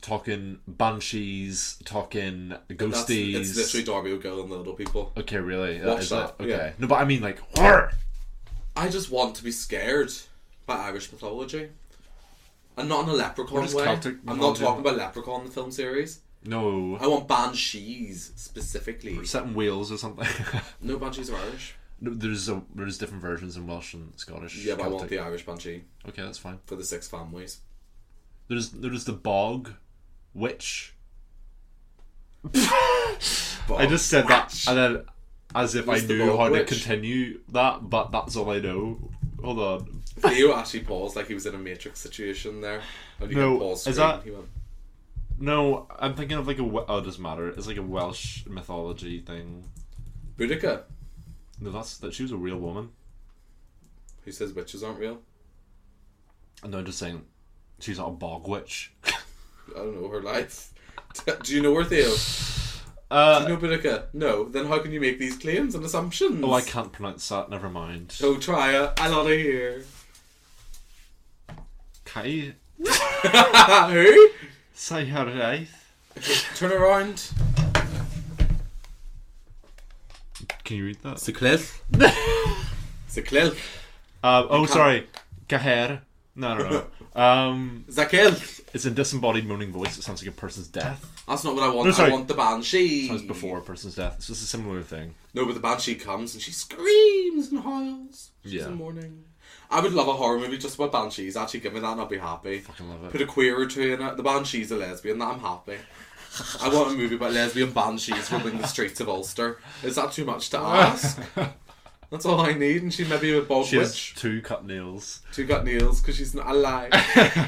talking banshees, talking That's, ghosties. it's literally Darby O'Gill and the Little People. okay, really? Watch Is that, Okay, yeah. no, but I mean like horror. I just want to be scared by Irish mythology. And not in a leprechaun What is way. Celtic I'm not mythology? talking about leprechaun the film series. No, I want banshees specifically. set in Wales or something. No banshees are Irish. no, there's a there's different versions in Welsh and Scottish. Yeah, but I want Celtic. the Irish banshee Okay, that's fine. for the six families. There's there's the bog, witch. But I just said that, and then as if Who's I the knew bog how witch? to continue that, but that's all I know. Hold on. Theo actually paused like he was in a Matrix situation there. And you No, can pause is screen. that- He went, No, I'm thinking of like a. We- oh, it doesn't matter. It's like a Welsh mythology thing. Boudica, No, that's that she was a real woman. who says witches aren't real. And no, I'm just saying, she's not a bog witch. I don't know her life. Do you know her, Theo? Uh, Do you know Boudica? No. Then how can you make these claims and assumptions? oh, I can't pronounce that. Never mind. So try it. I love it here. Kai Who? Sayaraith. Turn around. Can you read that? The cliff. The cliff. Uh, oh, can't- sorry. Gaher. No, no, no. um, The cliff. it's a disembodied moaning voice. It sounds like a person's death. That's not what I want. No, I sorry. want the banshee. It sounds before a person's death. It's just a similar thing. No, but the banshee comes and she screams and howls. She's Yeah. in mourning. I would love a horror movie just about banshees. Actually, give me that and I'll be happy. Fucking love it. Put a queer or two in it. The banshee's a lesbian. That I'm happy. I want a movie about lesbian banshees roaming the streets of Ulster. Is that too much to ask? That's all I need. And she may be a bald She has witch. two cut nails. She got nails because she's not alive.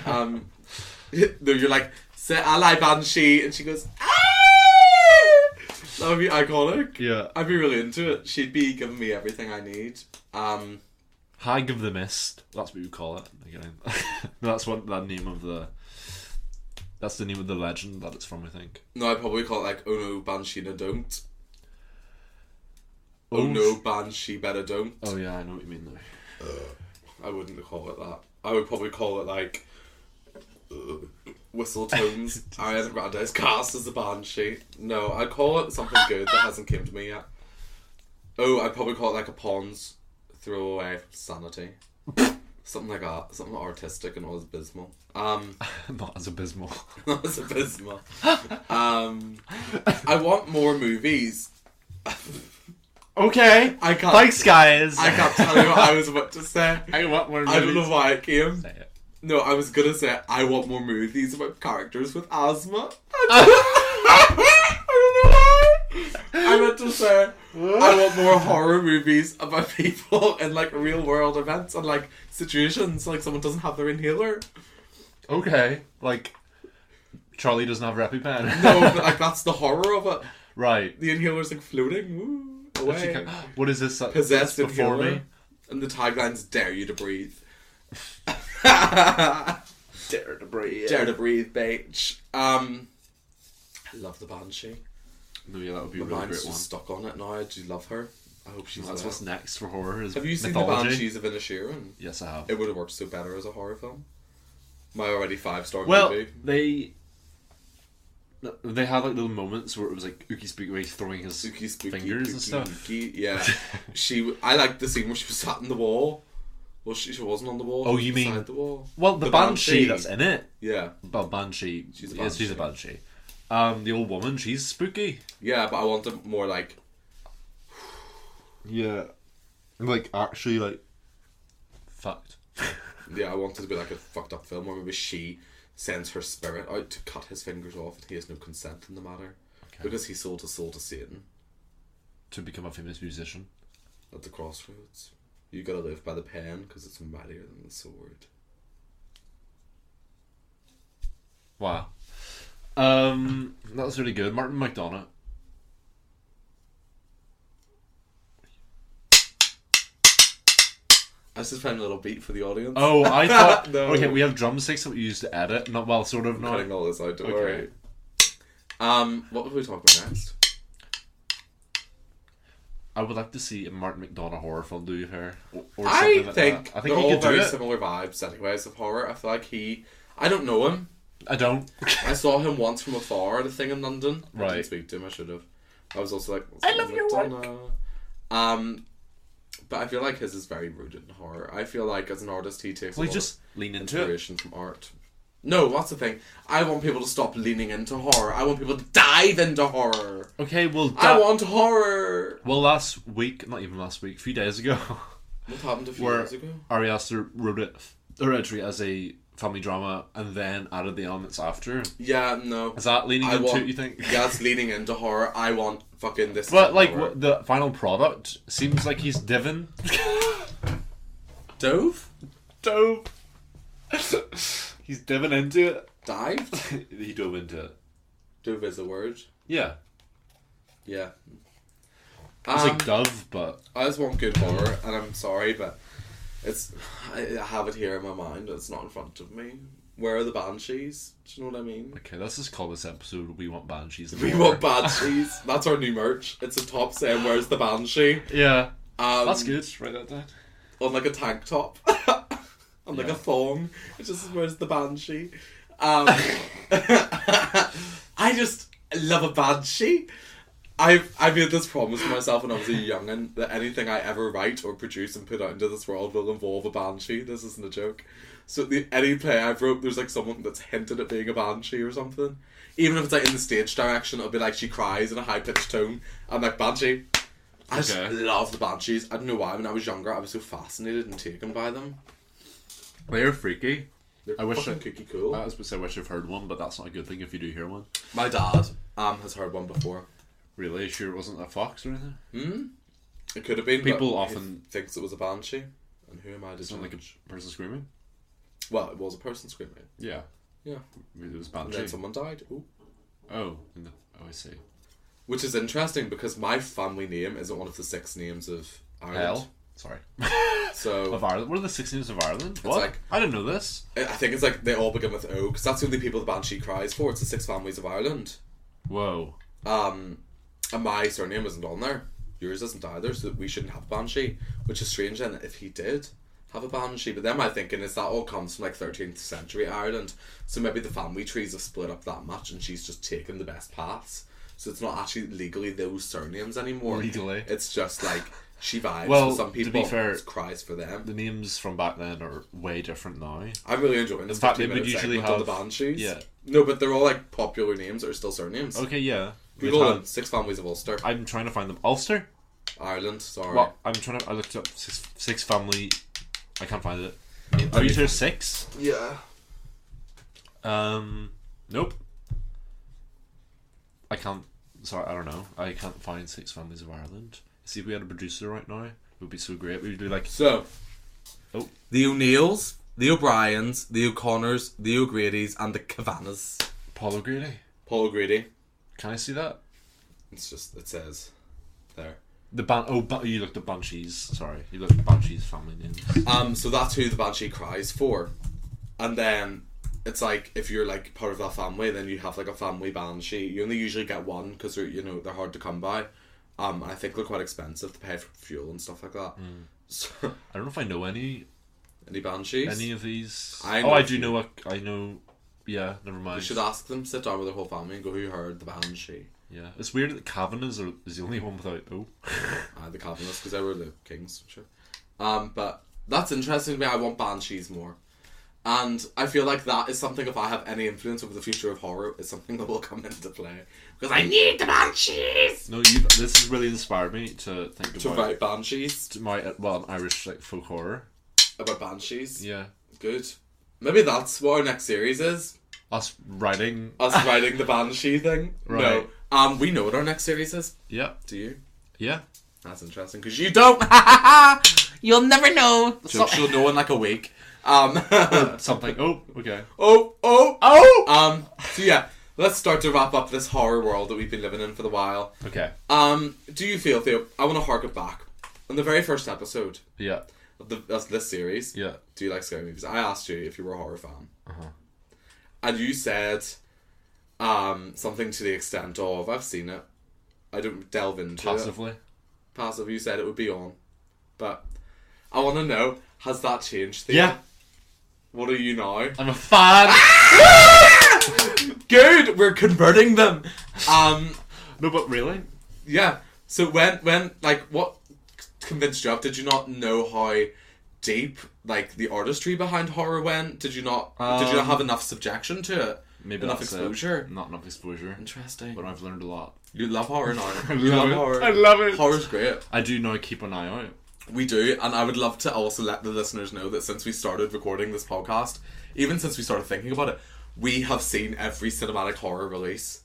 um, no, you're like, say ally banshee, and she goes, "Ah!" That would be iconic. Yeah. I'd be really into it. She'd be giving me everything I need. Um, Hag of the Mist. That's what you call it. Again. that's what that name of the. That's the name of the legend that it's from, I think. no, I'd probably call it like, oh no, banshee, no, don't. Oh, no, banshee, better don't. Oh yeah, I know what you mean though. I wouldn't call it that. I would probably call it like uh, whistle tones. Ariana Grande's cast as a banshee. No, I call it something good that hasn't came to me yet. Oh, I'd probably call it like a pawns throwaway from sanity. something like that. Something artistic and all abysmal. Um, Not as abysmal. that's abysmal. Um, I want more movies. Okay. I can't- Thanks, guys. I can't tell you what I was about to say. I want more I don't know movies. why it came. Say it. No, I was gonna say I want more movies about characters with asthma. I don't know why. I meant to say I want more horror movies about people and like real world events and like situations like someone doesn't have their inhaler. Okay. Like, Charlie doesn't have a pen. No, but, like that's the horror of it. right. The inhaler's like floating ooh, She away. can't- What is this? that- Possessed that's before inhaler. me. And the tagline's "Dare you to breathe." Dare to breathe. Dare to breathe, bitch. Um, I love the banshee. No, yeah, that would be a My really mind's great one. just stuck on it now. I do love her. I hope she's. That's well. what's next for horror. Is Have you seen mythology? the Banshees of Inisherin? Yes, I have. It would have worked so better as a horror film. My already five star Well, movie. they they had like little moments where it was like Ookie Spooky throwing his Spooky, spooky, fingers and spooky, stuff. spooky. Yeah, she. I liked the scene where she was sat on the wall. Well, she, she wasn't on the wall. Oh, she you was mean- beside the wall? Well, the, banshee, that's in it. Yeah, Well, banshee. She's a Yes, she's a banshee. Um, the old woman, she's spooky. yeah, but I want them more like Yeah, like actually, like fucked. Yeah, I want it to be like a fucked up film where maybe she sends her spirit out to cut his fingers off and he has no consent in the matter. Because he sold his soul to Satan to become a famous musician. at the crossroads. You gotta live by the pen because it's mightier than the sword. Wow. Um, that was really good. Martin McDonough. I was just playing a little beat for the audience. Oh, I thought. No. Okay, we have drumsticks that we use to edit. Not well, sort of. I'm cutting Not. all this out, don't Okay. worry. Um, what were we talking about next? I would like to see a Martin McDonough horror film do your hair. Or, or I something think, like that. I they're think all he could very do it. similar vibes, anyways, of horror. I feel like he. I don't know him. I don't. I saw him once from afar at a thing in London. I didn't Right. speak to him. I should have. I was also like, I love your work. Um, but I feel like his is very rooted in horror. I feel like as an artist, he takes a We lot just of lean into it. inspiration from art. No, that's the thing. I want people to stop leaning into horror. I want people to dive into horror. Okay, well, I that- want horror. Well, last week, not even last week, a few days ago, What happened a few where years ago? Ari Aster wrote it originally as a family drama and then added the elements after. Yeah, no. Is that leaning I into want, it, you think? Yeah, it's leaning into horror. I want fucking this. is But like horror. what, the final product seems like he's divin. dove, Dove. he's divin into it. dived. he dove into it. Dove is a word. Yeah, Yeah. it's Um, like dove, but I just want good horror, and I'm sorry, but it's I I have it here in my mind. but It's not in front of me. Where are the banshees? Do you know what I mean? okay. Let's just call this episode "We Want Banshees." in We Horror." want banshees. That's our new merch. It's a top saying "Where's the banshee?" Yeah, Um, that's good. Write that down. On like a tank top, on like Yeah. a thong. It just says, "Where's the banshee?" Um, I just love a banshee. I've I made this promise to myself when I was a youngin that anything I ever write or produce and put out into this world will involve a banshee. This isn't a joke. So the any play I've wrote, there's like someone that's hinted at being a banshee or something. Even if it's like in the stage direction, it'll be like she cries in a high pitched tone. I'm like banshee. I just Okay. love the banshees. I don't know why. When I was younger, I was so fascinated and taken by them. They're freaky. They're I wish fucking I- kooky cool. I was supposed to say I wish I've heard one, but that's not a good thing if you do hear one. My dad um has heard one before. Really, you sure it wasn't a fox or anything? It could have been. but People he often- thinks it was a banshee, and who am I to It's not like judge? a person screaming. Well, it was a person screaming. Yeah, Yeah. maybe it was And then banshee. someone died. Ooh. Oh, in the- oh, I see. Which is interesting because my family name isn't one of the six names of Ireland. Hell, sorry. So Of Ireland. What are the six names of Ireland? What? like- I didn't know this. I I think it's like they all begin with O because that's the only people the Banshee cries for. It's the six families of Ireland. Whoa. Um, and my surname isn't on there. Yours isn't either, so we shouldn't have a Banshee. Which is strange then if he did have a Banshee. But then my thinking is that all comes from like 13th century Ireland. So maybe the family trees have split up that much and she's just taken the best paths. So it's not actually legally those surnames anymore. Legally. It's just like she vibes Well, with some to be people. fair- it's cries for them. The names from back then are way different now. I'm really enjoying this. In fact, 15 they would minute usually segment on the have- Banshees. yeah. No, but they're all like popular names that are still surnames. Okay, yeah. They've People had- in six families of Ulster, I'm trying to find them. Ulster. Ireland. Sorry. Well, I'm trying to. I looked up six, six family. I can't find it. Are you sure six? Yeah. Um, nope. I can't. Sorry, I don't know. I can't find six families of Ireland. See, if we had a producer right now, it would be so great. We would be like, So, Oh. the O'Neills, the O'Briens, the O'Connors, the O'Grady's, and the Cavannas. Paul O'Grady. Paul O'Grady. Can I see that? It's just it says there. The ban. Oh, ba- you looked at Banshees. Sorry, you looked at Banshees family names. Um, so that's who the banshee cries for, and then it's like if you're like part of that family, then you have like a family banshee. You only usually get one because they're you know they're hard to come by. Um, and I think they're quite expensive to pay for fuel and stuff like that. So, I don't know if I know any any banshees? any of these. I oh, know I a do few. know. A, I know. Yeah, never mind. you should ask them. Sit down with their whole family and go. Who heard the banshee? Yeah, it's weird that Kavanaugh's are, is the only one without O. Uh, the Calvinists because they were the kings. Sure. Um, but that's interesting to me. I want banshees more, and I feel like that is something. If I have any influence over the future of horror, is something that will come into play because I need the banshees No, you. This has really inspired me to think to about write banshees to my uh, well, an Irish like folk horror. about banshees. Yeah, Good. Maybe that's what our next series is. us writing. Us writing the banshee thing. No. Right. Um, we know what our next series is. Yeah, Do you? yeah. That's interesting because you don't. You'll never know. So she'll know in like a week. Um. Something. Oh, okay. Oh, oh, oh! Um, so yeah, let's start to wrap up this horror world that we've been living in for the while. Okay. Um, do you feel, Theo, I want to harken back. On the very first episode Yeah. of, the, of this series, Yeah. Uh-huh. do you like scary movies? I asked you if you were a horror fan. And you said um, something to the extent of, I've seen it. I don't delve into it Passively. passive you said it would be on. But I want to know, has that changed? Theo? Yeah. What are you now? I'm a fan. Ah! Good, we're converting them. Um, no, but really. yeah. So when when like what convinced you up? Did you not know how deep like the artistry behind horror went? Did you not? did you not have enough subjection to it? Um, Maybe enough that's it. exposure. Not enough exposure. Interesting. But I've learned a lot. You love horror now. I love it. I love it. Horror's great. I do now keep an eye out. We do, and I would love to also let the listeners know that since we started recording this podcast, even since we started thinking about it, we have seen every cinematic horror release.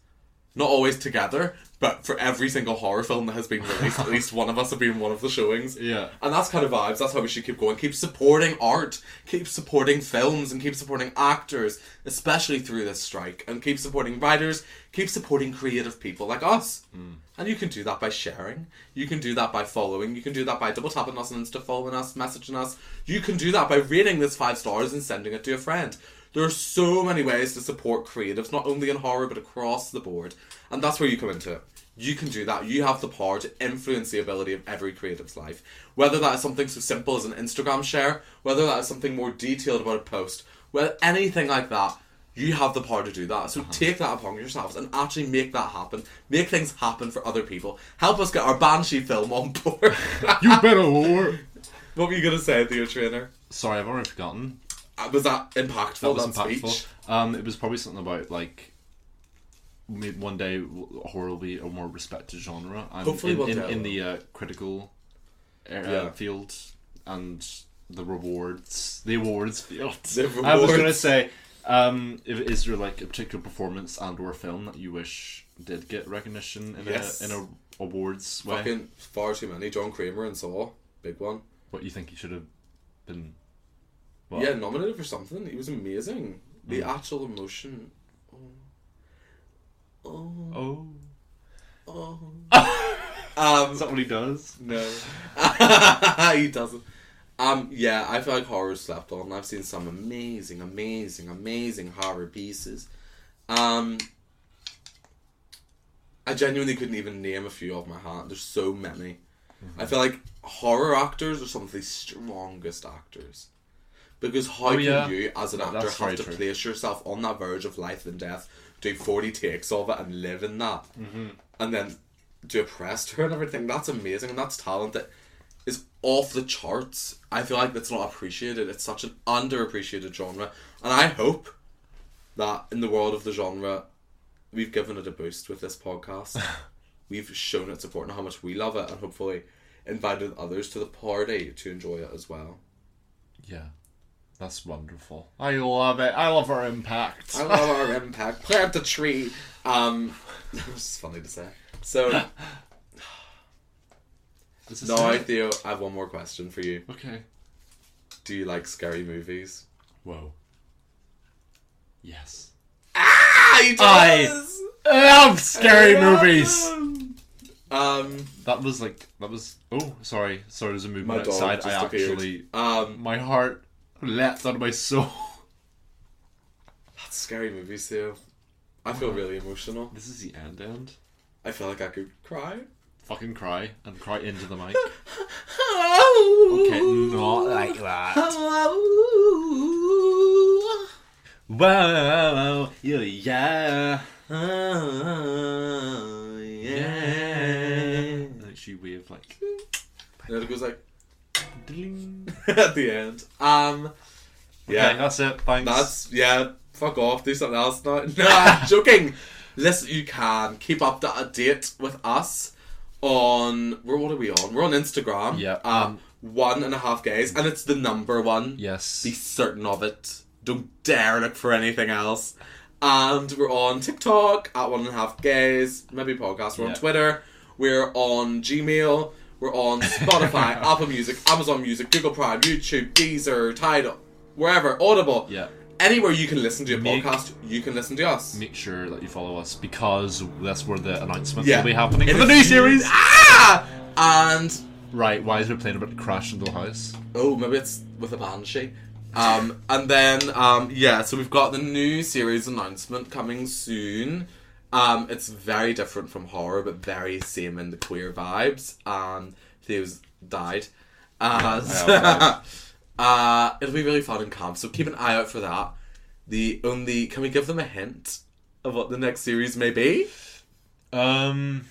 Not always together, but for every single horror film that has been released, at least one of us have been in one of the showings. Yeah. And that's kind of vibes. That's how we should keep going. Keep supporting art, keep supporting films, and keep supporting actors, especially through this strike. And keep supporting writers, keep supporting creative people like us. And you can do that by sharing. You can do that by following. You can do that by double tapping us on Insta, following us, messaging us. You can do that by rating this five stars and sending it to a friend. There are so many ways to support creatives, not only in horror, but across the board. And that's where you come into it. You can do that. You have the power to influence the ability of every creative's life. Whether that is something so simple as an Instagram share, whether that is something more detailed about a post, well, anything like that, You have the power to do that. Uh-huh. So take that upon yourselves and actually make that happen. Make things happen for other people. Help us get our Banshee film on board. Ah! You better whore. what were you going to say to your trainer? Sorry, I've already forgotten. Uh, Was that impactful, That that, was impactful. speech? Um, it was probably something about like maybe one day horror will be a more respected genre. And Hopefully in, one in, day. in the uh, critical er- uh, Yeah. field and the rewards, the awards field. The I was gonna rewards. say, um, if, is there like a particular performance and/or film that you wish did get recognition in Yes. a in a awards way? Fucking far too many. John Kramer and Saw. Big one. What you think you should have been? Well, Yeah, nominated for something. He was amazing. The Mm. actual emotion. Oh, Um, is that what he does? No. he doesn't. Um, yeah, I feel like horror slept on. I've seen some amazing, amazing, amazing horror pieces. Um, I genuinely couldn't even name a few off my hand. There's so many. Mm-hmm. I feel like horror actors are some of the strongest actors. Because how Oh, can yeah. you, as an No, actor, that's have very to true. place yourself on that verge of life and death, do 40 takes of it and live in that? Mm-hmm. and then to oppress her and everything. That's amazing, and that's talent that is off the charts. I feel like that's not appreciated. It's such an underappreciated genre, and I hope that in the world of the genre, we've given it a boost with this podcast. we've shown its support and how much we love it, and hopefully invited others to the party to enjoy it as well. Yeah. That's wonderful. I love it. I love our impact. I love our impact. Plant a tree. Um, it's funny to say. So This is now, it. Theo, I have one more question for you. Okay. Do you like scary movies? Whoa. Yes. I I love scary movies. Um, That was like that was. Oh, sorry. Sorry, there's a my movement dog outside. just I appeared. actually, Um, my heart leapt out of my soul. that's scary movies too. I feel really emotional. This is the end. End. I feel like I could cry. Fucking cry and cry into the mic. Okay, Okay, not like that. Whoa, yeah, yeah. Oh, yeah. Like she waved like. And then it goes like ding. at the end. Um, yeah, Okay, that's it. Thanks. That's yeah. Fuck off. Do something else now. No, I'm joking. Listen, you can keep up to date with us on where what are we on? We're on Instagram. Yeah, Um, um, one and a half gays, and it's the number one. yes. Be certain of it. Don't dare look for anything else. And we're on TikTok at one and a half gays. Maybe podcast. We're on Yeah. Twitter. We're on Gmail. We're on Spotify, Apple Music, Amazon Music, Google Prime, YouTube, Deezer, Tidal, wherever, Audible Yeah. anywhere you can listen to a Make- podcast, you can listen to us. Make sure that you follow us because that's where the announcement Yeah. will be happening In for the the new series. ah! And Right. Why is we playing about Crash into the House? oh, maybe it's with a banshee. Um, and then um, yeah, so we've got the new series announcement coming soon. Um, it's very different from horror, but very same in the queer vibes. Um, Theo's died. Uh, died. uh, it'll be really fun and calm. So keep an eye out for that. The only can we give them a hint of what the next series may be? Um,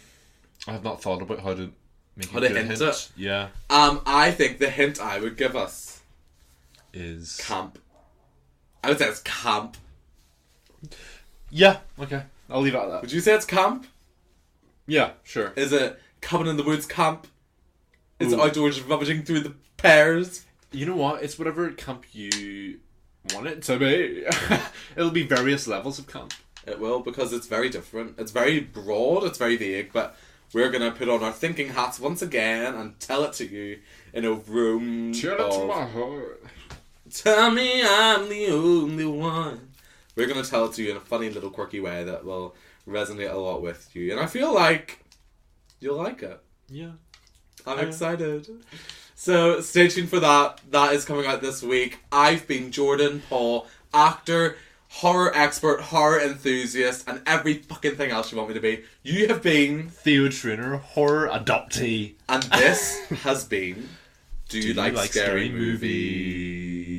I have not thought about how to make How a to good hint hint. it? Yeah. Um, I think the hint I would give us Is camp. I would say it's camp. yeah. Okay. I'll leave it at that. Would you say it's camp? Yeah. Sure. Is it coming in the woods camp? Is it outdoors rummaging through the pears? You know what? It's whatever camp you want it to be. It'll be various levels of camp. It will because it's very different. It's very broad. It's very vague. But we're gonna put on our thinking hats once again and tell it to you in a room. of- heart. Tell me I'm the only one. We're gonna tell it to you in a funny little quirky way that will resonate a lot with you, and I feel like you'll like it. Yeah. I'm excited. So stay tuned for that. That is coming out this week. I've been Jordan Paul, actor, horror expert, horror enthusiast, and every fucking thing else you want me to be. You have been, Theo Trainer, horror adoptee. and this has been. Do, you, you like, like scary, scary movies?